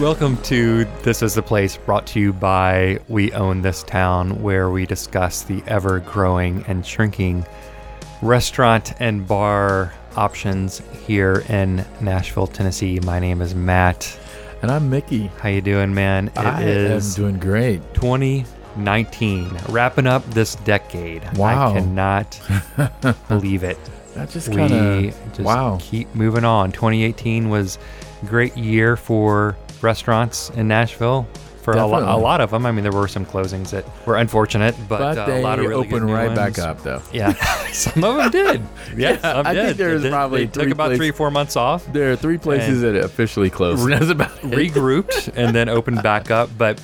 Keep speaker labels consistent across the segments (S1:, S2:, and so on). S1: Welcome to This is the Place, brought to you by We Own This Town, where we discuss the ever growing and shrinking restaurant and bar options here in Nashville, Tennessee. My name is Matt.
S2: And I'm Mickey.
S1: How you doing, man? It
S2: I
S1: is
S2: am doing great.
S1: 2019, wrapping up this decade.
S2: Wow.
S1: I cannot believe it.
S2: That just kind
S1: we
S2: of
S1: just
S2: wow.
S1: keep moving on. 2018 was a great year for restaurants in Nashville for a, lo- a
S2: Definitely.
S1: lot of them. I mean, there were some closings that were unfortunate, but,
S2: But
S1: uh,
S2: they
S1: a lot of really good
S2: opened
S1: new
S2: right
S1: ones.
S2: back up though.
S1: Yeah, some of them did. Yeah, some
S2: I
S1: did.
S2: think there
S1: They
S2: was
S1: did.
S2: probably
S1: they took
S2: three
S1: about
S2: places-
S1: three four months off,
S2: There are three places that officially closed. That's about it.
S1: regrouped, and then opened back up. But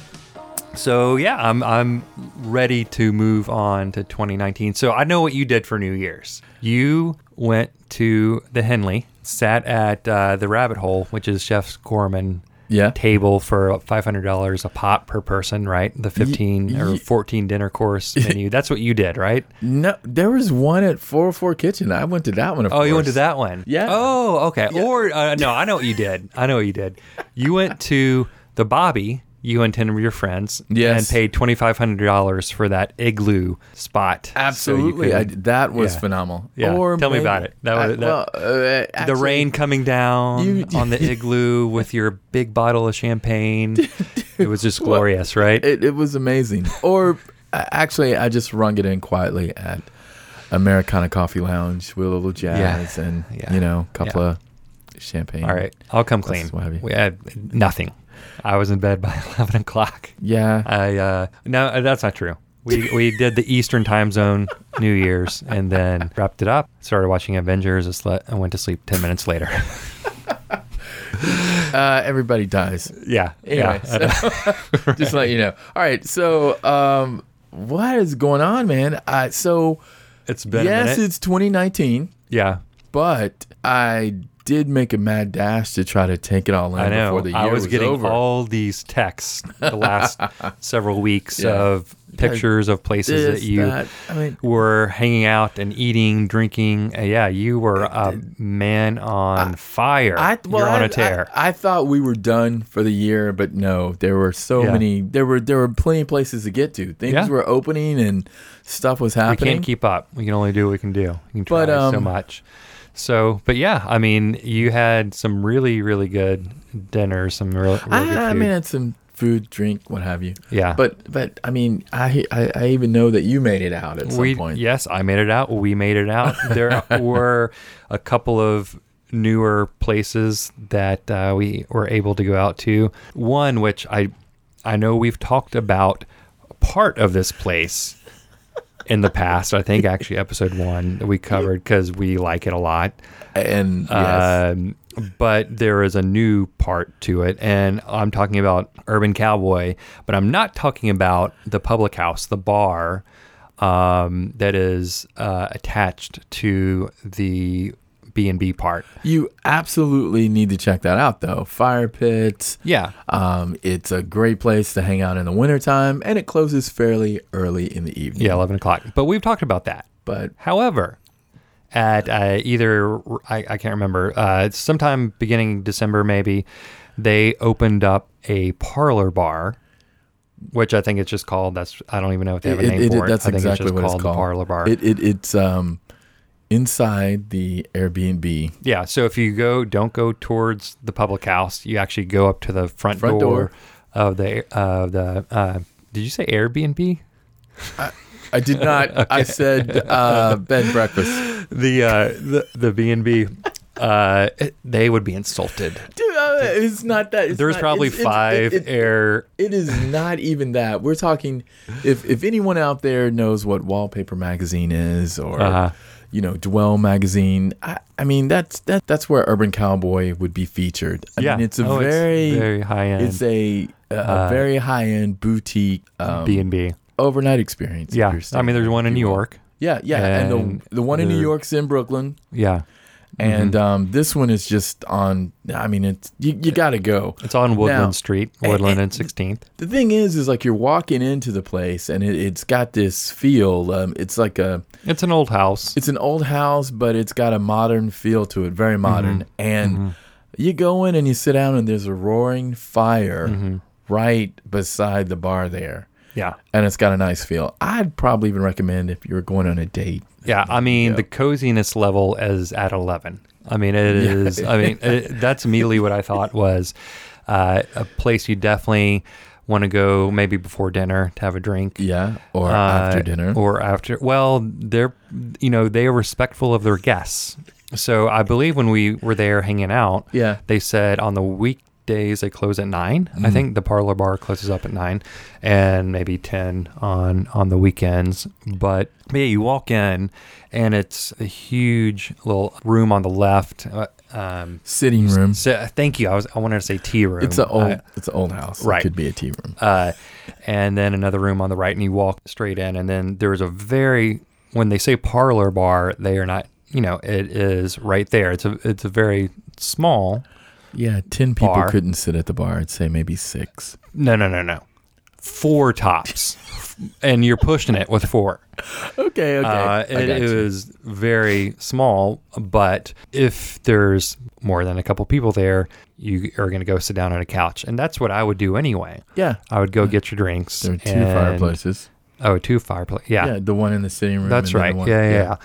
S1: so yeah, I'm I'm ready to move on to 2019. So I know what you did for New Year's. You went to the Henley, sat at uh, the Rabbit Hole, which is Chef Gorman
S2: Yeah.
S1: table for five hundred dollars a pop per person, right? The fifteen or
S2: ye-
S1: fourteen dinner course menu. That's what you did, right?
S2: No, there was one at 404 Kitchen. I went to that one. Of
S1: Oh, you went to
S2: course.
S1: that one.
S2: Yeah.
S1: Oh, okay. Or uh, no, I know what you did. I know what you did. You went to the Bobby. You and ten of your friends,
S2: Yes.
S1: and paid twenty five hundred dollars for that igloo spot.
S2: Absolutely,
S1: So
S2: I,
S1: you could-
S2: that was
S1: yeah.
S2: phenomenal.
S1: Yeah, tell me about it. That was-
S2: I-
S1: that-
S2: well, uh,
S1: the
S2: actually,
S1: rain coming down
S2: You-
S1: on the igloo with your big bottle of champagne. it was just glorious, right?
S2: It, it was amazing. Or uh, actually, I just rung it in quietly at Americana Coffee Lounge with a little jazz and
S1: Yeah.
S2: you know, a couple
S1: Yeah.
S2: of champagne.
S1: All right, I'll come clean.
S2: Glasses, what have you.
S1: We had nothing. I was in bed by eleven o'clock.
S2: Yeah.
S1: I uh, no, that's not true. We we did the Eastern time zone New Year's and then wrapped it up. Started watching Avengers. I sle- I went to sleep ten minutes later.
S2: Uh, everybody dies.
S1: yeah,
S2: Anyway,
S1: yeah.
S2: so- just to let you know. All right, so um, what is going on, man? I, so
S1: It's been a
S2: yes,
S1: minute.
S2: it's 2019,
S1: yeah.
S2: but I did make a mad dash to try to take it all in
S1: I know.
S2: before the year
S1: I was, getting
S2: over.
S1: all these texts the last several weeks
S2: Yeah.
S1: of pictures of places
S2: This,
S1: that you
S2: that. I mean,
S1: were hanging out and eating, drinking. Uh, yeah, you were a man on fire.
S2: I well,
S1: You're on
S2: I-
S1: a tear.
S2: I, I thought we were done for the year, but no, there were so
S1: Yeah.
S2: many. There were there were plenty of places to get to. Things
S1: Yeah.
S2: were opening and stuff was
S1: we
S2: happening.
S1: can't keep up. We can only do what we can do. We can try
S2: But,
S1: so
S2: um,
S1: much. So, but yeah, I mean, you had some really, really good dinners, some real, really good food.
S2: I, I mean, it's some food, drink, what have you.
S1: yeah,
S2: But but I mean, I I, I even know that you made it out at some
S1: we
S2: point.
S1: yes, I made it out. We made it out. There were a couple of newer places that uh, we were able to go out to. One which I I know we've talked about part of this place in the past. I think actually episode one we covered because we like it a lot.
S2: And yes,
S1: Um, but there is a new part to it. And I'm talking about Urban Cowboy, but I'm not talking about the public house, the bar um, that is uh, attached to the B&B part.
S2: you absolutely need to check that out though. Fire pits.
S1: Yeah.
S2: Um, it's a great place to hang out in the wintertime and it closes fairly early in the evening.
S1: Yeah, 11 o'clock. But we've talked about that.
S2: But
S1: However, at uh, either I, I can't remember, uh, sometime beginning December maybe, they opened up a parlor bar, which I think it's just called. That's I don't even know if they have a
S2: it-
S1: name
S2: it-
S1: for it. I
S2: that's
S1: think
S2: exactly
S1: it's just
S2: what
S1: called,
S2: it's called.
S1: the parlor bar.
S2: It, it it's um inside the Airbnb.
S1: yeah. So if you go, don't go towards the public house. You actually go up to the front,
S2: Front door.
S1: of the of the. Uh, did you say Airbnb?
S2: I did not I said uh bed and breakfast.
S1: The uh, the the B and B. Uh, it- they would be insulted.
S2: Dude, uh, it's not that it's
S1: There's
S2: not-
S1: probably
S2: it's- it's-
S1: five
S2: it- it-
S1: air
S2: It is not even that. We're talking if if anyone out there knows what Wallpaper magazine is or
S1: Uh-huh.
S2: you know Dwell magazine, I, I mean that's that that's where Urban Cowboy would be featured. I mean, it's a
S1: Oh,
S2: very it's,
S1: very Uh, high end
S2: a, a very high end boutique um,
S1: B and B.
S2: overnight experience. if
S1: Yeah,
S2: you're
S1: I
S2: staying
S1: mean, there's
S2: there.
S1: one in New York.
S2: Yeah, yeah, and,
S1: and
S2: the the one in New
S1: the- Mm-hmm.
S2: York's in Brooklyn,
S1: Yeah,
S2: and um, this one is just on. I mean, it's you, you got to go.
S1: it's on Woodland
S2: Now-
S1: Street, Woodland and 16th.
S2: the thing is is like you're walking into the place and it, it's got this feel um, it's like a
S1: It's an old house. Mm-hmm.
S2: it's an old house but it's got a modern feel to it very modern and You go in and you sit down, and there's a roaring fire
S1: Mhm.
S2: right beside the bar there,
S1: Yeah.
S2: and it's got a nice feel. I'd probably even recommend if you're going on a date.
S1: Yeah, I mean
S2: Yeah.
S1: the coziness level is at eleven. I mean it
S2: Yeah.
S1: is. I mean it, that's immediately what I thought was uh, a place you definitely want to go maybe before dinner to have a drink
S2: Yeah, or
S1: uh,
S2: after dinner.
S1: or after. Well, they're you know they are respectful of their guests. So I believe when we were there hanging out,
S2: yeah,
S1: they said on the weekdays they close at 9
S2: Mm.
S1: i think the parlor bar closes up at nine and maybe 10 on on the weekends but yeah you walk in and it's a huge little room on the left uh, um
S2: sitting room.
S1: so uh, thank you i was i wanted to say tea room
S2: It's an old,
S1: I-
S2: it's an old house.
S1: Right.
S2: It could be a tea room.
S1: uh, and then another room on the right, and you walk straight in. And then there's a very when they say parlor bar, they are not. You know, it is right there. It's a it's a very small.
S2: Yeah, ten people
S1: Bar.
S2: couldn't sit at the bar. I'd say maybe six.
S1: No, no, no, no, four tops, and you're pushing it with four.
S2: Okay, okay.
S1: Uh, it is very small, but if there's more than a couple people there, you are going to go sit down on a couch, and that's what I would do anyway.
S2: Yeah,
S1: I would go get your drinks.
S2: there are two
S1: and-
S2: fireplaces.
S1: Oh, two fireplace.
S2: Yeah. the one in the sitting room.
S1: That's
S2: and then
S1: right.
S2: the one-
S1: yeah, yeah, yeah.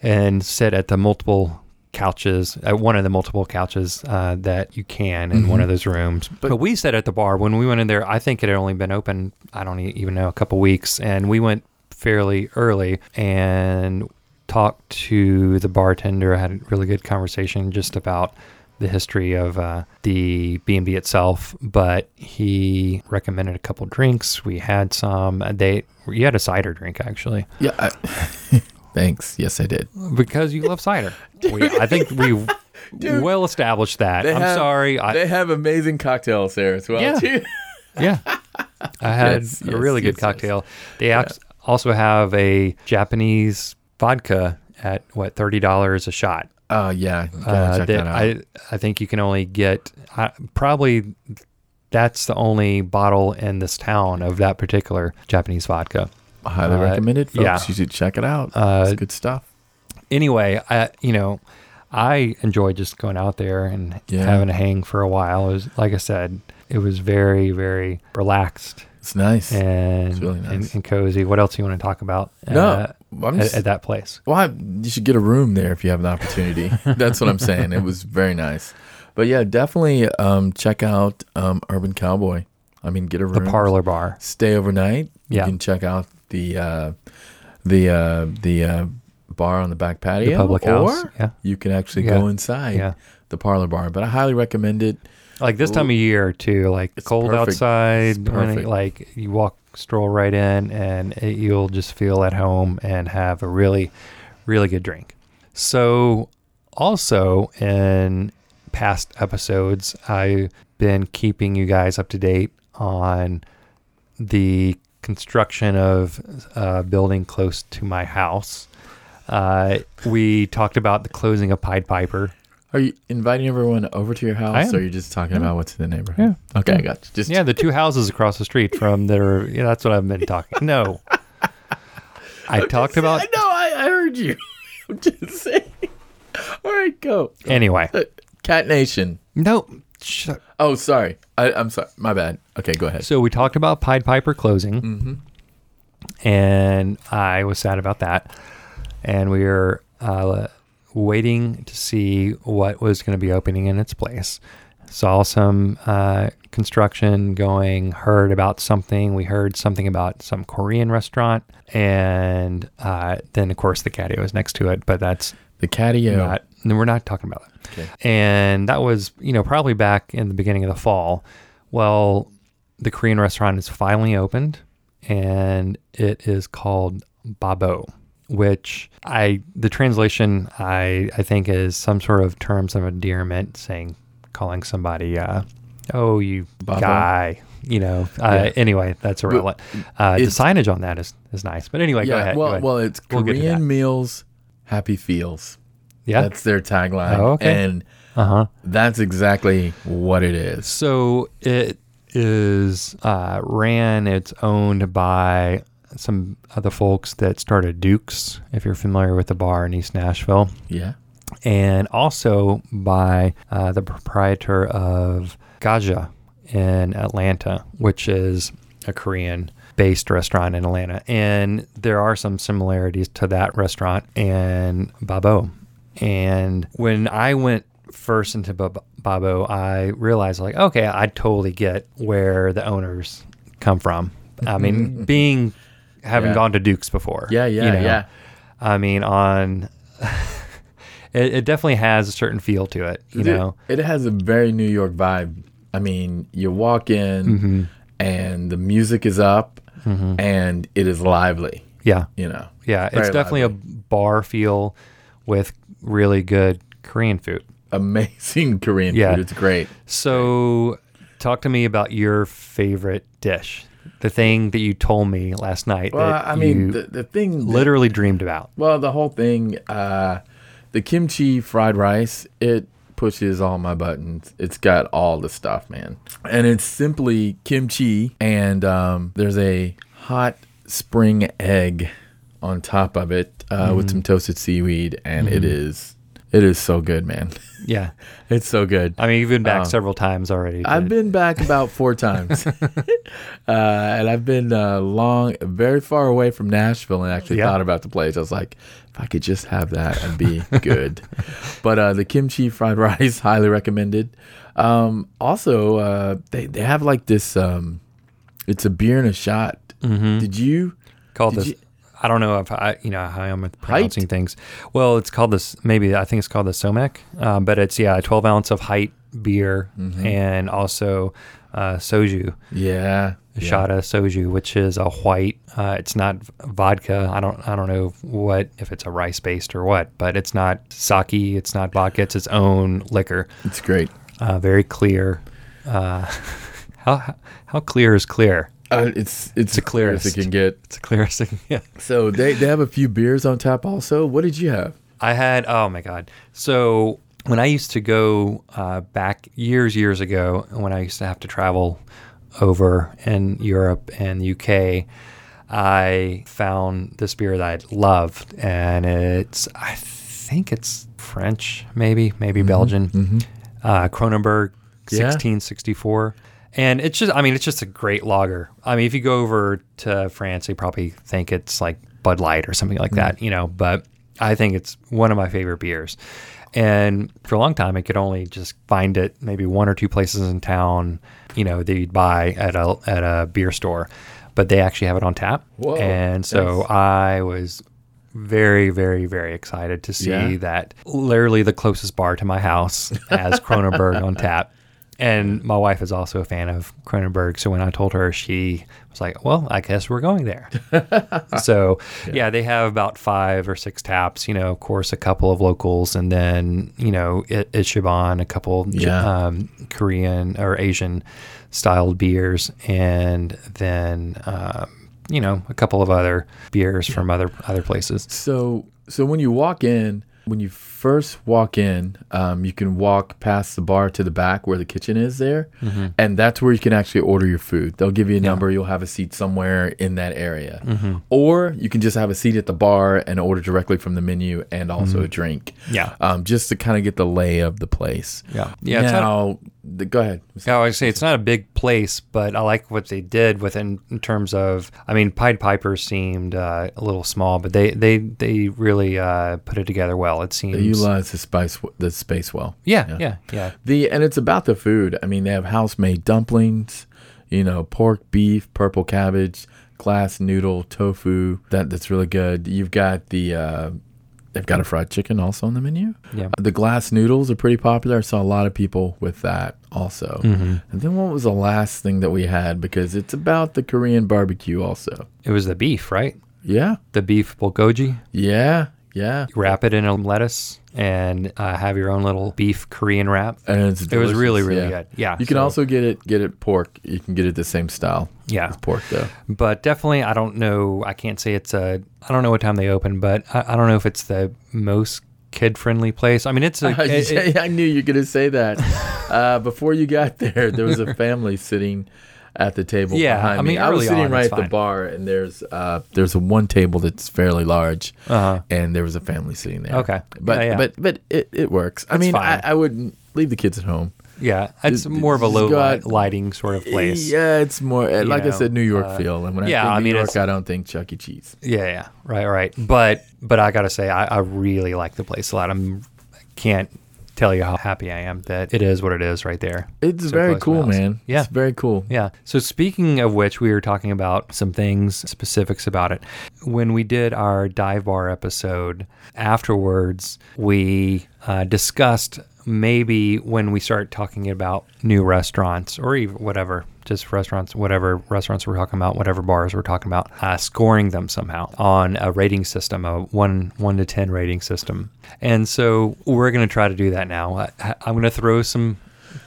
S1: And sit at the multiple couches, at one of the multiple couches uh, that you can in
S2: Mm-hmm.
S1: one of those rooms. But, we sat at the bar when we went in there. I think it had only been open, I don't e- even know, a couple weeks. And we went fairly early and talked to the bartender. I had a really good conversation just about the history of uh, the B&B itself, but he recommended a couple drinks. We had some. They you had a cider drink actually
S2: Yeah. I, thanks. Yes, I did.
S1: because you love cider. we, I think we well established that.
S2: They
S1: I'm
S2: have-
S1: sorry. I,
S2: they have amazing cocktails there as well.
S1: Yeah.
S2: Too.
S1: yeah, I had
S2: Yes,
S1: a
S2: yes,
S1: really
S2: yes,
S1: good cocktail. They ac- also have a Japanese vodka at what thirty dollars a shot.
S2: Uh, yeah. Gotta
S1: Uh,
S2: check
S1: that
S2: that out.
S1: I I think you can only get I, probably that's the only bottle in this town of that particular Japanese vodka.
S2: Highly
S1: uh,
S2: recommend it, folks.
S1: yeah.
S2: You should check it out.
S1: Uh,
S2: it's good stuff.
S1: anyway, I you know, I enjoy just going out there and
S2: Yeah.
S1: having a hang for a while. It was like I said, it was very very relaxed
S2: It's nice.
S1: and
S2: really nice.
S1: and, and cozy. What else you want to talk about?
S2: no, I'm
S1: uh, at,
S2: just,
S1: at that place.
S2: well, I- you should get a room there if you have an opportunity. That's what I'm saying. It was very nice. But yeah, definitely um, check out um, Urban Cowboy. I mean, get a
S1: The
S2: room.
S1: parlor bar.
S2: Stay overnight.
S1: Yeah.
S2: You can check out the uh, the uh, the uh, bar on the back patio.
S1: The public house.
S2: Or
S1: Yeah.
S2: you can actually
S1: Yeah.
S2: go inside
S1: Yeah.
S2: the parlor bar. But I highly recommend it.
S1: Like this time of year too, like
S2: It's
S1: cold
S2: perfect. It's
S1: outside, when it,
S2: perfect.
S1: like you walk stroll right in and it, you'll just feel at home and have a really really good drink. So also in past episodes, I've been keeping you guys up to date on the construction of a building close to my house. Uh, we talked about the closing of Pied Piper.
S2: Are you inviting everyone over to your
S1: I
S2: house,
S1: am.
S2: or you are just talking about what's in the neighborhood?
S1: Yeah.
S2: Okay, I got you. Just
S1: Yeah, the two houses across the street from that are. Yeah, that's what I've been talking. No, I talked about
S2: I know. I, I heard you. I'm just saying. All right, go.
S1: anyway.
S2: Uh, Cat Nation.
S1: No, sh-
S2: Oh, sorry. I, I'm sorry. My bad. Okay, go ahead.
S1: so we talked about Pied Piper closing, and I was sad about that. And we were uh, waiting to see what was going to be opening in its place. Saw some uh, construction going. Heard about something. We heard something about some Korean restaurant, and uh, then of course the catio is next to it. But that's
S2: The catio.
S1: not no, we're not talking about that.
S2: Okay.
S1: And that was, you know, probably back in the beginning of the fall. Well, the Korean restaurant is finally opened and it is called Babo, which I the translation I I think is some sort of terms of endearment saying calling somebody uh oh you
S2: Babo?
S1: guy, you know. Uh, anyway, that's irrelevant. Uh the
S2: it's-
S1: signage on that is is nice. But anyway,
S2: yeah.
S1: go ahead. go
S2: well,
S1: ahead.
S2: well, it's
S1: We'll get to
S2: Korean
S1: that.
S2: meals, happy feels.
S1: yeah.
S2: That's their tagline.
S1: Oh, okay.
S2: And
S1: Uh-huh.
S2: that's exactly what it is.
S1: So it is uh, ran. It's owned by some other folks that started Duke's, if you're familiar with the bar in East Nashville,
S2: Yeah.
S1: and also by uh, the proprietor of Gaja in Atlanta, which is a Korean based restaurant in Atlanta. And there are some similarities to that restaurant and Babo. And when I went first into Bab- Babo, I realized, like, okay, I totally get where the owners come from. I mean, being having
S2: Mm-hmm. Yeah.
S1: gone to Duke's before.
S2: Yeah, yeah, yeah.
S1: I mean, on it, it definitely has a certain feel to it, you
S2: Dude,
S1: know.
S2: It has a very New York vibe. I mean, you walk in
S1: Mm-hmm.
S2: and the music is up and it is lively,
S1: Yeah,
S2: you know.
S1: yeah. It's
S2: Very
S1: definitely a bar feel with really good Korean food.
S2: Amazing Korean
S1: Yeah.
S2: food. It's great.
S1: So, talk to me about your favorite dish. The thing that you told me last night
S2: Well,
S1: that
S2: I mean,
S1: you
S2: the, the thing that-
S1: literally dreamed about.
S2: Well, the whole thing, uh, the kimchi fried rice, it pushes all my buttons. It's got all the stuff, man. And it's simply kimchi, and um, there's a hot spring egg on top of it uh, with some toasted seaweed, and it is it is so good, man.
S1: Yeah,
S2: it's so good.
S1: I mean, you've been back
S2: Um,
S1: several times already.
S2: I've
S1: but-
S2: been back about four times, uh, and I've been uh, long, very far away from Nashville, and actually
S1: Yeah.
S2: thought about the place. I was like, if I could just have that, I'd be good. But uh, the kimchi fried rice, highly recommended. Um, also, uh, they they have like this. Um, it's a beer and a shot. Did you?
S1: called
S2: Did
S1: this.
S2: you-
S1: I don't know if I, you know, how I'm with pronouncing things. Well, it's called this. Maybe I think it's called the Somac, um, but it's yeah, a 12 ounce of height beer
S2: Mm-hmm.
S1: and also uh, soju,
S2: Yeah. yeah.
S1: shada soju, which is a white. Uh, it's not vodka. I don't. I don't know what if it's a rice based or what, but it's not sake. It's not vodka. It's its own liquor.
S2: It's great.
S1: Uh, very clear. Uh, how how clear is clear?
S2: Uh, it's it's the clearest
S1: clearest.
S2: it can get.
S1: It's the clearest thing. Yeah.
S2: So they, they have a few beers on tap. Also, what did you have?
S1: I had oh my god. So when I used to go uh, back years years ago, when I used to have to travel over in Europe and the UK, I found this beer that I loved, and it's I think it's French, maybe maybe Belgian, uh, Kronenberg,
S2: Yeah.
S1: sixteen sixty four. And it's just, I mean, it's just a great lager. I mean, if you go over to France, they probably think it's like Bud Light or something
S2: Mm.
S1: like that, you know, but I think it's one of my favorite beers. And for a long time, I could only just find it maybe one or two places in town, you know, that you'd buy at a, at a beer store, but they actually have it on tap.
S2: Whoa,
S1: and so I was very, very, very excited to see
S2: Yeah.
S1: that literally the closest bar to my house has Kronenberg on tap. And my wife is also a fan of Kronenberg. So when I told her, she was like, well, I guess we're going there. so Ah. yeah. they have about five or six taps, you know, of course, a couple of locals and then, you know, I- Ichiban, a couple
S2: Yeah.
S1: um, Korean or Asian styled beers, and then, um, you know, a couple of other beers from other other places.
S2: So so when you walk in, when you first walk in, um, you can walk past the bar to the back where the kitchen is there,
S1: Mm-hmm.
S2: and that's where you can actually order your food. They'll give you a number. You'll have a seat somewhere in that area,
S1: Mm-hmm.
S2: or you can just have a seat at the bar and order directly from the menu and also
S1: Mm-hmm.
S2: a drink.
S1: Yeah.
S2: um, just to kind of get the lay of the place.
S1: Yeah. Yeah. it's not-
S2: Now, the, go ahead.
S1: Yeah, I say it's not a big place, but I like what they did with in, in terms of. I mean, Pied Piper seemed uh, a little small, but they they they really uh, put it together well. It seems.
S2: You utilize the spice, the space well.
S1: yeah, yeah, yeah, yeah,
S2: The and it's about the food. I mean, they have house made dumplings, you know, pork, beef, purple cabbage, glass noodle, tofu. That that's really good. You've got the uh, they've got a fried chicken also on the menu.
S1: Yeah.
S2: The glass noodles are pretty popular. I saw a lot of people with that also.
S1: Mm-hmm.
S2: And then what was the last thing that we had because it's about the Korean barbecue also.
S1: It was the beef, right?
S2: Yeah.
S1: The beef bulgogi.
S2: Yeah. Yeah.
S1: Wrap it in a lettuce and uh, have your own little beef Korean wrap.
S2: And it's
S1: It was
S2: delicious,
S1: really, really
S2: yeah.
S1: good. Yeah,
S2: You can
S1: so-
S2: also get it get it pork. You can get it the same style.
S1: Yeah,
S2: Pork though.
S1: but definitely i don't know i can't say it's a i don't know what time they open but i, I don't know if it's the most kid friendly place i mean it's a it- it-
S2: I knew you were going to say that. Uh, before you got there, there was a family sitting at the table
S1: Yeah,
S2: behind
S1: I mean,
S2: me. I
S1: early
S2: was sitting
S1: on,
S2: right
S1: it's
S2: at the
S1: fine.
S2: bar, and there's uh, there's a one table that's fairly large,
S1: Uh-huh.
S2: and there was a family sitting there.
S1: Okay.
S2: but
S1: Yeah, yeah.
S2: but but it, it works. I mean,
S1: fine.
S2: I, I wouldn't leave the kids at home.
S1: Yeah, it's
S2: Just-
S1: more of a
S2: just
S1: low
S2: go
S1: light,
S2: out-
S1: lighting sort of place.
S2: Yeah, it's more uh, like
S1: know,
S2: I said, New York
S1: uh,
S2: feel. And when
S1: yeah,
S2: I think
S1: I
S2: New
S1: mean,
S2: York,
S1: it's-
S2: I don't think Chuck E. Cheese.
S1: Yeah, yeah, right, right. But but I gotta say, I, I really like the place a lot. I'm I can't tell you how happy I am that it is what it is right there.
S2: It's
S1: So
S2: very
S1: close to my
S2: cool,
S1: house.
S2: man.
S1: Yeah,
S2: it's very cool.
S1: yeah. So speaking of which, we were talking about some things specifics about it. When we did our dive bar episode, afterwards we uh, discussed maybe when we start talking about new restaurants or even whatever, just restaurants, whatever restaurants we're talking about, whatever bars we're talking about, uh, scoring them somehow on a rating system, a one one to ten rating system. And so we're gonna try to do that now. I, I'm gonna throw some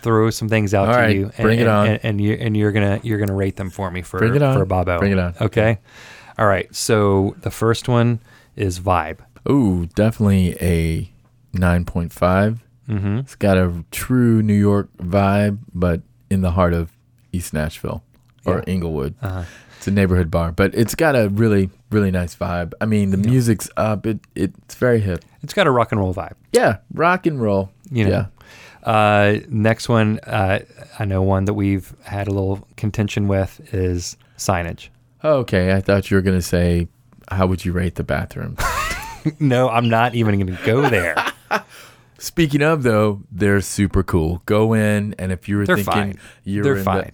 S1: throw some things out
S2: All
S1: to
S2: right,
S1: you and,
S2: bring it
S1: and-
S2: on.
S1: and- and you and you're gonna you're gonna rate them for me for
S2: Bring it on.
S1: for Bobo.
S2: Bring it on.
S1: Okay. All right. So the first one is vibe.
S2: Ooh, definitely a 9.5.
S1: Mm-hmm.
S2: It's got a true New York vibe, but in the heart of East Nashville or Inglewood.
S1: Uh-huh.
S2: It's a neighborhood bar, but it's got a really, really nice vibe. I mean, the music's up. It, it's very hip.
S1: It's got a rock and roll vibe.
S2: Yeah, rock and roll.
S1: You know.
S2: Yeah.
S1: Uh, next one, uh, I know one that we've had a little contention with is signage.
S2: Okay, I thought you were gonna say, how would you rate the bathroom?
S1: no, I'm not even going to go there.
S2: Speaking of though, they're super cool. Go in, and if you were
S1: They're
S2: thinking
S1: fine.
S2: you're
S1: They're
S2: in
S1: fine.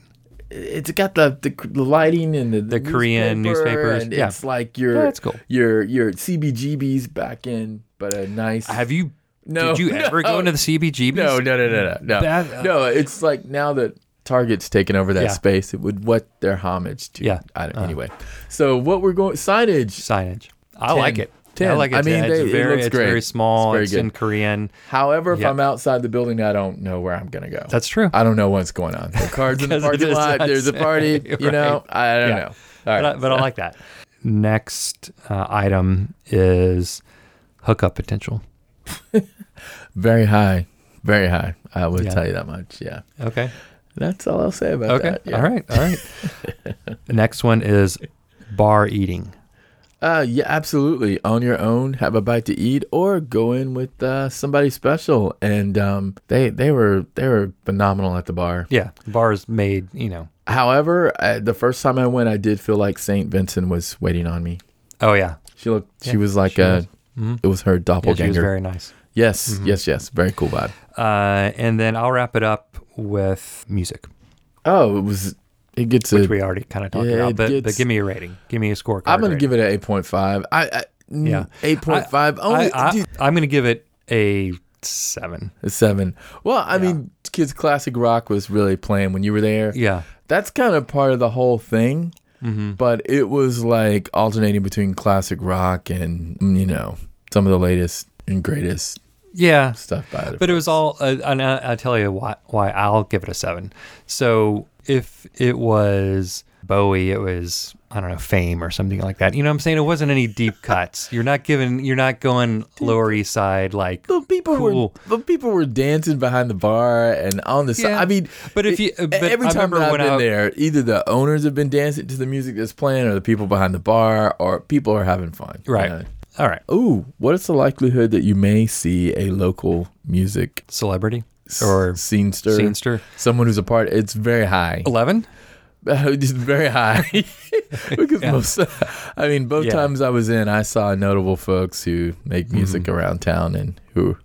S2: The, it's got the, the the lighting and the, the,
S1: Korean newspapers,
S2: and
S1: yeah.
S2: it's like your
S1: Yeah, it's cool.
S2: your your CBGB's back in, but a nice.
S1: Have you?
S2: No,
S1: did you ever go
S2: no.
S1: into the CBGBs?
S2: no, no, no, no, no, no,
S1: That, uh,
S2: no. It's like now that Target's taken over that
S1: Yeah.
S2: space, it would what their homage to.
S1: Yeah. Uh-huh.
S2: I don't, anyway, so what we're going signage.
S1: signage. I
S2: 10.
S1: like it. I
S2: 10.
S1: like it.
S2: I mean,
S1: it's
S2: they- it
S1: very,
S2: looks
S1: it's
S2: great.
S1: very small.
S2: It's very
S1: It's,
S2: good.
S1: in Korean.
S2: However, if
S1: Yeah.
S2: I'm outside the building, I don't know where I'm gonna go.
S1: That's true.
S2: I don't know what's going on. The cards in the
S1: 'Cause it
S2: parking
S1: does
S2: lot.
S1: not
S2: There's a
S1: say,
S2: party. You
S1: right.
S2: know, I don't
S1: Yeah.
S2: know. All
S1: but, I,
S2: right.
S1: but I like that. Next uh, item is hookup potential.
S2: Very high. Very high. I would
S1: Yeah.
S2: tell you that much. Yeah.
S1: Okay.
S2: That's all I'll say about
S1: Okay.
S2: that. yeah.
S1: Uh, All right. All right. Next one is bar eating.
S2: Uh, yeah, absolutely. On your own, have a bite to eat, or go in with uh, somebody special. And um, they they were they were phenomenal at the bar.
S1: Yeah. Bars made, you know.
S2: However, I, the first time I went, I did feel like Saint Vincent was waiting on me.
S1: Oh, yeah.
S2: She looked.
S1: Yeah,
S2: she was like
S1: she
S2: a.
S1: was. Mhm.
S2: It was her
S1: Yeah, she
S2: doppelganger.
S1: was very Mm-hmm. nice.
S2: yes, yes, yes. Very cool vibe.
S1: Uh, and then I'll wrap it up with music,
S2: Oh, it was. It gets
S1: which
S2: a.
S1: we already kind of talked
S2: yeah,
S1: about.
S2: it
S1: But, but
S2: gets-
S1: give me a rating. Give me a scorecard.
S2: I'm gonna
S1: rating.
S2: give it an eight point five. I, I
S1: Yeah.
S2: yeah, eight point five. Only
S1: I,
S2: dude,
S1: I, I'm going to give it a seven.
S2: a seven. Well, I mean, kids classic rock was really playing when you were there.
S1: Yeah. Mm-hmm.
S2: That's kind of part of the whole thing. But it was like alternating between classic rock and mm, you know some of the latest and greatest
S1: Yeah.
S2: stuff by it.
S1: But it was all, uh, and I- I'll tell you why, why I'll give it a seven. So if it was Bowie, it was, I don't know, fame or something like that. You know what I'm saying? It wasn't any deep cuts. You're not giving, you're not going Lower East Side like.
S2: but people
S1: Cool.
S2: were but people were dancing behind the bar and on the side.
S1: Yeah.
S2: I mean,
S1: But if
S2: it-
S1: you- but
S2: e-, every
S1: I
S2: time
S1: remember
S2: that I've
S1: when
S2: been
S1: I-
S2: there, either the owners have been dancing to the music that's playing, or the people behind the bar, or people are having fun. you
S1: Right.
S2: know?
S1: All right.
S2: Ooh, what is the likelihood that you may see a local music
S1: Celebrity or Oh.
S2: scenester,
S1: scenester.
S2: someone who's a part? It's very high.
S1: 11?
S2: it's very high. because most, I mean, both
S1: Yeah. Mm-hmm.
S2: times I was in, I saw notable folks who make music around town and who.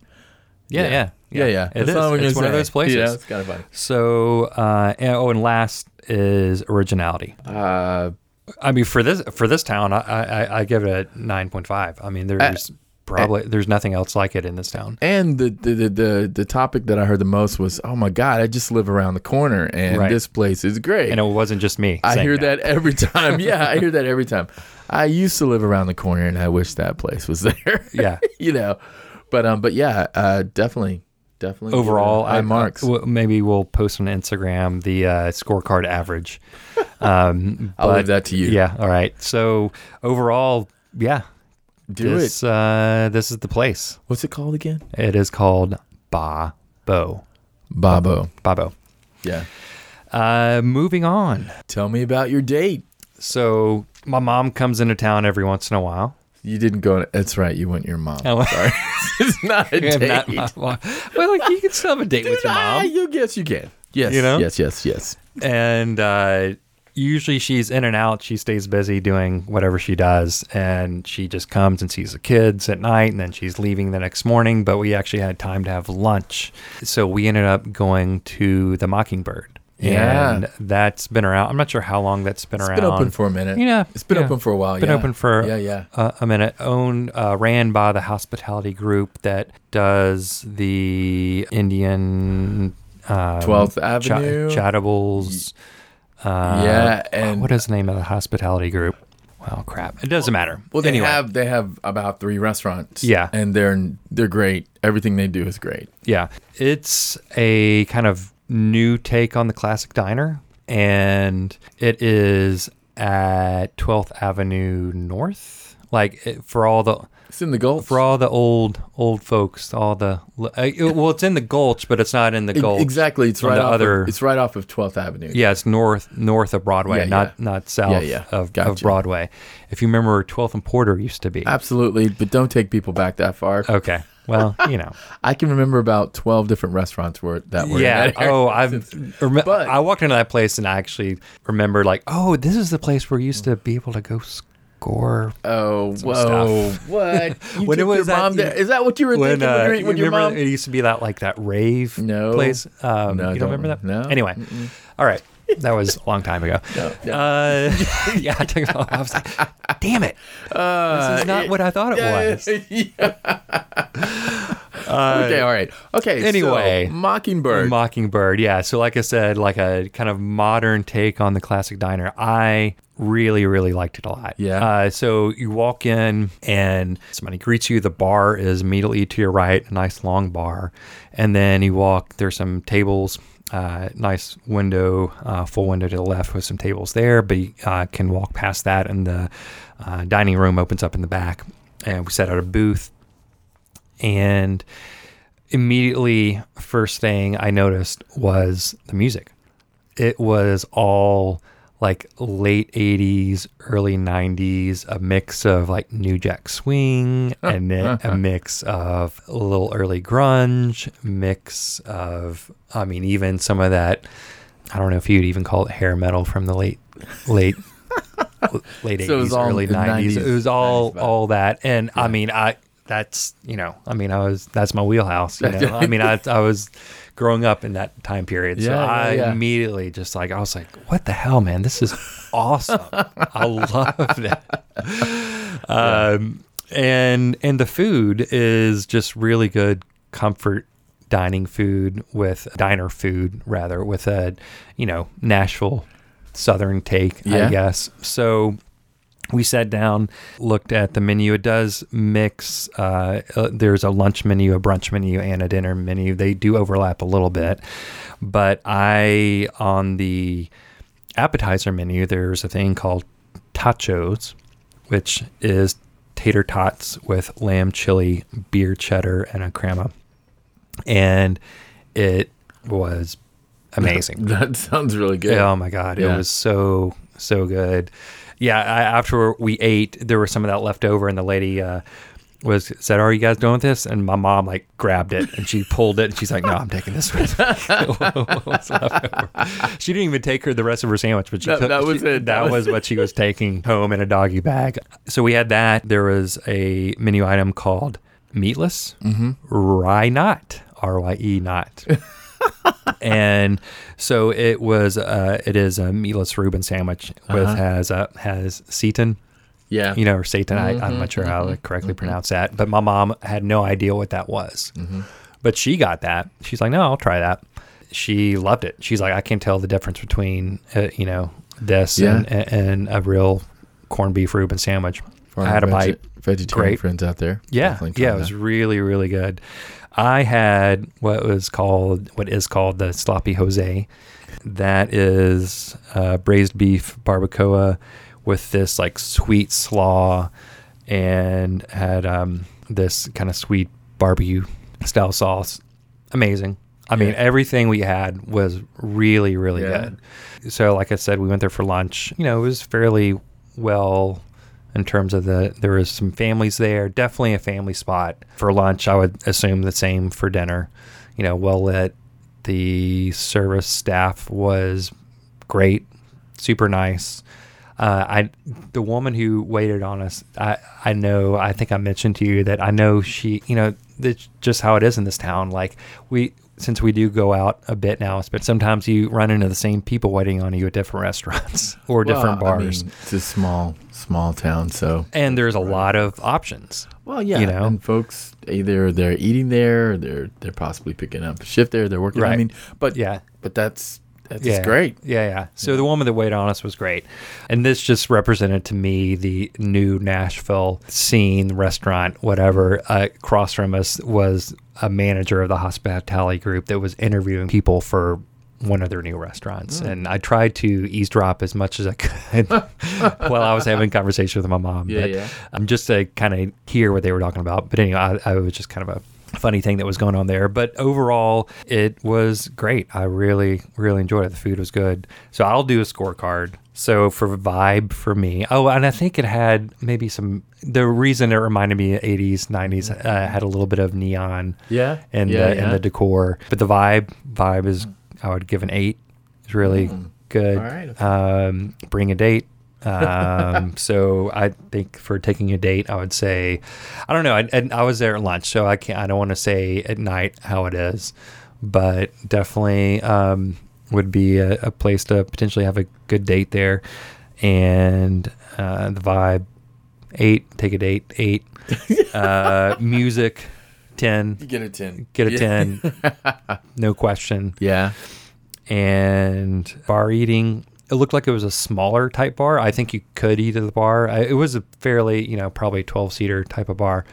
S1: Yeah. Yeah.
S2: Yeah, yeah.
S1: It
S2: That's all we're
S1: is. It's
S2: gonna
S1: one of
S2: say.
S1: those places.
S2: You know, it's kind of funny.
S1: So, uh, and, oh, and last is originality.
S2: Uh,
S1: I mean, for this for this town, I I, I give it a nine point five. I
S2: Uh,
S1: mean, there's probably there's nothing else like it in this town.
S2: and the, the the- the the topic that I heard the most was, "Oh my God, I just live around the corner, and
S1: Right.
S2: this place is great."
S1: And it wasn't just me.
S2: I
S1: saying
S2: hear that. every time. Yeah, I hear that every time. I used to live around the corner, and I wish that place was there.
S1: Yeah.
S2: you know, but um, but yeah, uh, definitely, definitely. give it
S1: Overall,
S2: a high marks.
S1: w- maybe we'll post on Instagram the uh, scorecard average. Um,
S2: I'll
S1: but-
S2: leave that to you.
S1: Yeah. All right. So overall, yeah,
S2: do it.
S1: this uh, this is the place.
S2: What's it called again?
S1: It is called Ba Bo
S2: Babo.
S1: Babo.
S2: Yeah.
S1: Uh, moving on.
S2: Tell me about your date.
S1: So my mom comes into town every once in a while.
S2: You didn't go. That's right. You went your mom.
S1: Oh.
S2: Sorry, it's not a
S1: Yeah,
S2: date.
S1: not my mom. Well, like, you can still have a date with your
S2: Ah,
S1: mom.
S2: you guess you can. Yes.
S1: You know?
S2: Yes. Yes. Yes.
S1: And uh, usually she's in and out. She stays busy doing whatever she does. And she just comes and sees the kids at night. And then she's leaving the next morning. But we actually had time to have lunch. So we ended up going to the Mockingbird.
S2: Yeah.
S1: And that's been around. I'm not sure how long that's been
S2: It's
S1: around.
S2: been open for a minute.
S1: Yeah,
S2: It's been
S1: yeah.
S2: open for a while.
S1: Been
S2: yeah.
S1: open for
S2: Yeah. Yeah.
S1: uh, a minute. Owned, uh, ran by the hospitality group that does the Indian um,
S2: Twelfth
S1: cha-
S2: Avenue.
S1: chattables. Uh,
S2: yeah,
S1: oh,
S2: and-
S1: what is the name of the hospitality group? Well, crap. It doesn't matter.
S2: Well, they
S1: anyway,
S2: have they have about three restaurants.
S1: Yeah.
S2: and they're they're great. Everything they do is great.
S1: yeah, it's a kind of new take on the classic diner, and it is at 12th Avenue North. Like it- for all the
S2: It's in the Gulf.
S1: for all the old old folks, all the uh, it- well, it's in the gulch, but it's not in the
S2: E-
S1: gulch.
S2: Exactly. It's
S1: On
S2: right
S1: the
S2: off.
S1: other-
S2: Of, it's right off of Twelfth Avenue.
S1: Yeah, it's north north of Broadway,
S2: Yeah,
S1: not not south
S2: Yeah, yeah.
S1: Of, of
S2: Gotcha. Uh,
S1: Broadway. If you remember, where 12th and Porter used to be.
S2: Absolutely, but don't take people back that far.
S1: Okay, well, you know,
S2: I can remember about twelve different restaurants were that were. in
S1: yeah.
S2: that area.
S1: Oh, I've rem-
S2: But-
S1: I walked into that place and I actually remember like, oh, this is the place where we
S2: Mm.
S1: used to be able to go score
S2: Oh, whoa!
S1: stuff.
S2: What? You
S1: When it
S2: took your
S1: was at-
S2: mom there? Is that what you were
S1: when,
S2: thinking
S1: uh,
S2: when,
S1: you
S2: your- when your
S1: remember
S2: mom?
S1: it used to be that like that rave
S2: No.
S1: place. Um,
S2: No, I
S1: you don't
S2: don't
S1: remember that?
S2: remember. No.
S1: Anyway, all right, that was a long time ago.
S2: No, no.
S1: Uh, yeah, I took it off. I was like, damn it,
S2: Uh,
S1: this is not
S2: it-
S1: what I thought it was. Uh,
S2: Yeah. okay, all right. Okay. so,
S1: Anyway.
S2: Mockingbird.
S1: Mockingbird, yeah. So, like I said, like a kind of modern take on the classic diner. I really, really liked it a lot.
S2: Yeah.
S1: Uh, so you walk in and somebody greets you. The bar is immediately to your right, a nice long bar, and then you walk. There's some tables. Uh, nice window, uh, full window to the left with some tables there, but you uh, can walk past that, and the uh, dining room opens up in the back. And we set out a booth, and immediately first thing I noticed was the music. It was all like late 80s, early 90s, a mix of like New Jack Swing and then
S2: Uh-huh.
S1: a mix of a little early grunge, mix of I mean even some of that I don't know if you'd even call it hair metal from the late late late 80s,
S2: So it was all
S1: early
S2: the
S1: 90s.
S2: 90s,
S1: It was all
S2: 90s vibe.
S1: all that and I mean I that's you know I mean I was that's my wheelhouse you know I mean I I was growing up in that time period so
S2: Yeah, yeah,
S1: I
S2: yeah.
S1: immediately just like I was like what the hell man this is awesome I love that um and and the food is just really good comfort dining food with diner food rather with a you know Nashville southern take I
S2: Yeah.
S1: guess so we sat down, looked at the menu. It does mix. Uh, uh, there's a lunch menu, a brunch menu, and a dinner menu. They do overlap a little bit, but I on the appetizer menu there's a thing called tachos, which is tater tots with lamb chili, beer cheddar, and a crema, and it was amazing.
S2: That sounds really good.
S1: Oh my god, it
S2: Yeah.
S1: was so so good. Yeah, I, after we ate, there was some of that left over, and the lady uh, was said, "Are you guys doing this?" And my mom like grabbed it and she pulled it, and she's like, "No, I'm taking this with." me." What was left over. She didn't even take her the rest of her sandwich, but she
S2: That-
S1: took
S2: that was
S1: she-
S2: it.
S1: That
S2: That
S1: was what she was taking home in a doggy bag. So we had that. There was a menu item called meatless, mm-hmm. rye not, R Y E not and so it was uh, it is a meatless Reuben sandwich with
S2: Uh-huh.
S1: has uh, has seitan
S2: Yeah.
S1: you know or seitan I,
S2: Mm-hmm,
S1: I'm not sure how to correctly pronounce that but my mom had no idea what that was
S2: Mm-hmm.
S1: but she got that she's like no I'll try that she loved it she's like I can't tell the difference between uh, you know this
S2: Yeah.
S1: and, and a real corned beef Reuben sandwich I had a bite
S2: Vegetarian
S1: Great.
S2: friends out there.
S1: yeah,
S2: definitely try
S1: yeah, it was
S2: that.
S1: really, really good. I had what was called, what is called the sloppy Jose. That is uh, braised beef barbacoa with this like sweet slaw, and had um, this kind of sweet barbecue style sauce. Amazing. I mean, everything we had was really, really
S2: Yeah.
S1: good. So, like I said, we went there for lunch. You know, it was fairly well in terms of the there was some families there. Definitely a family spot for lunch. I would assume the same for dinner. You know, well lit. The service staff was great, super nice. Uh, I the woman who waited on us. I I know. I think I mentioned to you that I know she. You know, that's just how it is in this town. Like we, since we do go out a bit now, but sometimes you run into the same people waiting on you at different restaurants or different
S2: Well, I
S1: bars.
S2: mean, it's a small, small town, so
S1: and there's a lot of options.
S2: well, yeah.
S1: You know?
S2: and folks either they're eating there, or they're they're possibly picking up a shift there, they're working. I
S1: Right.
S2: mean, but
S1: Yeah.
S2: but that's that's
S1: Yeah.
S2: great.
S1: Yeah, yeah. So the woman that waited on us was great. And this just represented to me the new Nashville scene, restaurant, whatever. Uh, across from us was a manager of the hospitality group that was interviewing people for one of their new restaurants.
S2: Mm.
S1: And I tried to eavesdrop as much as I could while I was having conversation with my mom.
S2: Yeah,
S1: but
S2: yeah.
S1: I'm just to kind of hear what they were talking about. But anyway, I, I was just kind of a funny thing that was going on there. But overall, it was great. I really, really enjoyed it. The food was good. So I'll do a scorecard. So for vibe for me, oh, and I think it had maybe some. The reason it reminded me of 80s, 90s uh, had a little bit of neon
S2: Yeah,
S1: and
S2: yeah,
S1: the,
S2: yeah.
S1: and the decor. But the vibe vibe is I would give an eight. It's really good.
S2: Mm. All right.
S1: Um, bring a date. um, so I think for taking a date, I would say, I don't know. I, and I was there at lunch, so I can't. I don't want to say at night how it is, but definitely um, would be a, a place to potentially have a good date there. And uh, the vibe, eight. Take a date, eight. uh, music, ten
S2: you get a ten.
S1: get a
S2: yeah.
S1: 10 no question
S2: Yeah,
S1: and bar eating it looked like it was a smaller type bar i think you could eat at the bar I, it was a fairly you know probably 12 seater type of bar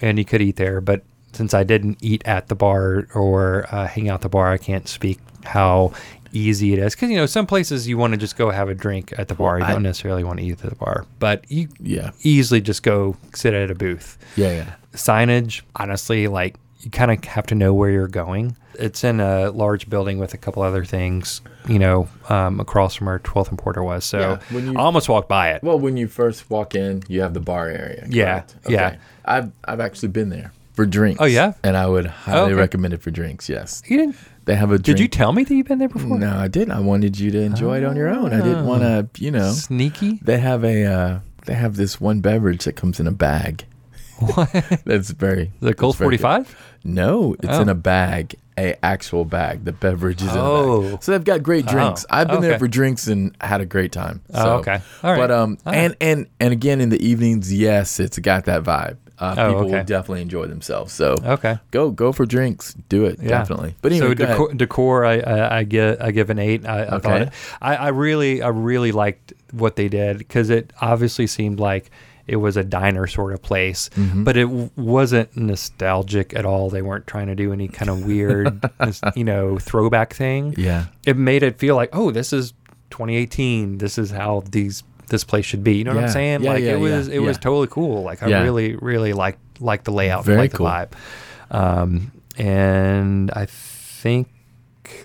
S1: and you could eat there but since i didn't eat at the bar or uh, hang out at the bar i can't speak how easy it is because you know some places you want to just go have a drink at the bar you
S2: I-
S1: don't necessarily want to eat at the bar but you
S2: yeah,
S1: easily just go sit at a booth
S2: yeah, yeah.
S1: signage honestly like you kind of have to know where you're going it's in a large building with a couple other things you know um, across from where 12th and porter was so
S2: Yeah, when you-
S1: i almost walked by it
S2: Well, when you first walk in, you have the bar area.
S1: Yeah,
S2: correct?
S1: yeah.
S2: I've I've actually been there for drinks.
S1: Oh, yeah?
S2: and I would highly
S1: okay.
S2: recommend it for drinks. Yes,
S1: you didn't
S2: they have a.
S1: did
S2: Drink.
S1: you tell me that you've been there before
S2: No, I didn't. I wanted you to enjoy it on your own. I didn't want to, you know.
S1: sneaky
S2: They have a uh, they have this one beverage that comes in a bag.
S1: what
S2: That's very
S1: the colt
S2: that's very good.
S1: 45
S2: No, it's
S1: Oh.
S2: in a bag, a actual bag. The beverage is in a
S1: Oh.
S2: bag. So they've got great drinks. I've been there
S1: okay.
S2: for drinks and had a great time.
S1: Oh,
S2: So-
S1: okay. All right.
S2: But um,
S1: All right.
S2: and and and again in the evenings, yes, it's got that vibe. Uh,
S1: Oh,
S2: people
S1: okay.
S2: will definitely enjoy themselves. So
S1: okay
S2: go go for drinks. Do it
S1: Yeah.
S2: definitely. But anyway,
S1: so
S2: go ahead.
S1: decor, decor I, I I get I give an eight. I, I thought
S2: Okay.
S1: it, I, I really I really liked what they did because it obviously seemed like it was a diner sort of place,
S2: Hmm? Mm-hmm.
S1: but it w- wasn't nostalgic at all. They weren't trying to do any kind of weird you know throwback thing.
S2: yeah,
S1: It made it feel like oh this is 2018. This is how these this place should be. You know what
S2: Yeah.
S1: I'm saying?
S2: Yeah,
S1: like
S2: yeah,
S1: it was
S2: yeah,
S1: it was
S2: yeah.
S1: totally cool. Like I
S2: Yeah.
S1: really really liked liked the layout,
S2: Very
S1: liked
S2: cool.
S1: the vibe. Um, and I think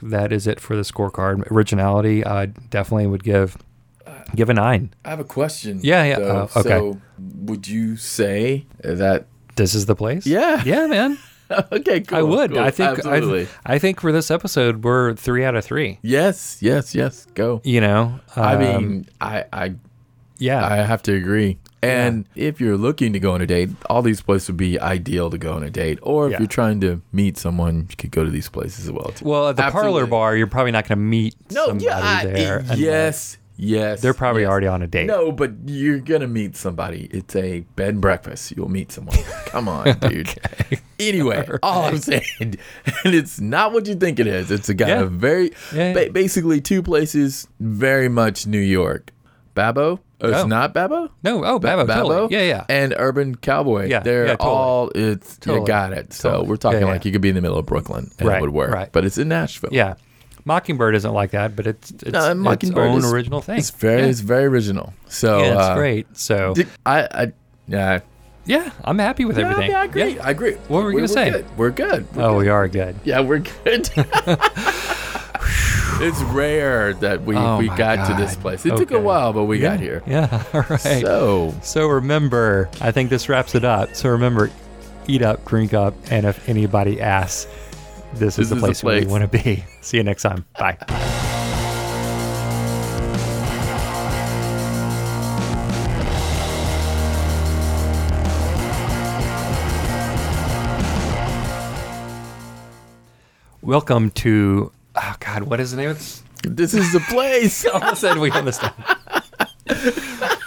S1: that is it for the scorecard. Originality, I definitely would give give a nine.
S2: I have a question.
S1: Yeah, yeah.
S2: though.
S1: Oh, okay.
S2: So would you say that?
S1: This is the place.
S2: Yeah.
S1: yeah, man.
S2: okay. Cool.
S1: I would.
S2: cool.
S1: I think. I,
S2: Absolutely.
S1: th- I think for this episode, we're three out of three.
S2: yes. Yes. Yes. Go.
S1: You know.
S2: I
S1: um,
S2: mean, I I
S1: yeah.
S2: I have to agree. And if you're looking to go on a date, all these places would be ideal to go on a date. Or if
S1: Yeah.
S2: you're trying to meet someone, you could go to these places as well. Too.
S1: well, at the
S2: Absolutely.
S1: parlor bar, you're probably not going to meet somebody
S2: I-
S1: there. unless-
S2: yes, yes.
S1: they're probably
S2: yes.
S1: already on a date.
S2: No, but you're gonna meet somebody. It's a bed and breakfast. You'll meet someone. Come on, dude. Anyway, all I'm saying, and it's not what you think it is. It's a guy
S1: Yeah.
S2: of very,
S1: Yeah,
S2: ba-
S1: yeah.
S2: basically two places, very much New York. Babo. Oh, it's
S1: Oh.
S2: not Babo.
S1: No, oh, Babo, totally. Yeah, yeah.
S2: And Urban Cowboy.
S1: Yeah,
S2: They're
S1: yeah, totally.
S2: all it's you
S1: Totally.
S2: got it. So
S1: Totally.
S2: we're talking
S1: Yeah, yeah.
S2: like you could be in the middle of Brooklyn and it
S1: Right,
S2: would work.
S1: right.
S2: But it's in Nashville.
S1: Yeah. Mockingbird isn't like that, but it's it's
S2: No, and
S1: its
S2: Mockingbird
S1: own
S2: is-
S1: original thing.
S2: It's very
S1: yeah.
S2: it's very original. So
S1: Yeah, it's
S2: uh,
S1: great. So
S2: Did- I, I, yeah,
S1: Yeah, I'm happy with
S2: Yeah,
S1: everything.
S2: yeah, I agree.
S1: Yeah.
S2: I agree.
S1: What were you gonna
S2: We're-
S1: say?
S2: We're good. We're good. We're
S1: Oh,
S2: good.
S1: we are good.
S2: yeah, we're good. it's rare that we,
S1: Oh
S2: we
S1: my
S2: got to this
S1: God.
S2: place. It took a
S1: Okay.
S2: while, but we got here.
S1: Yeah. All right.
S2: So
S1: So remember, I think this wraps it up. So remember, eat up, drink up, and if anybody asks, this,
S2: This
S1: is the
S2: is the
S1: place where you
S2: place.
S1: want to be. See you next time. Bye. Welcome to oh God, what is the name of this?
S2: this is the place.
S1: I almost said we almost done.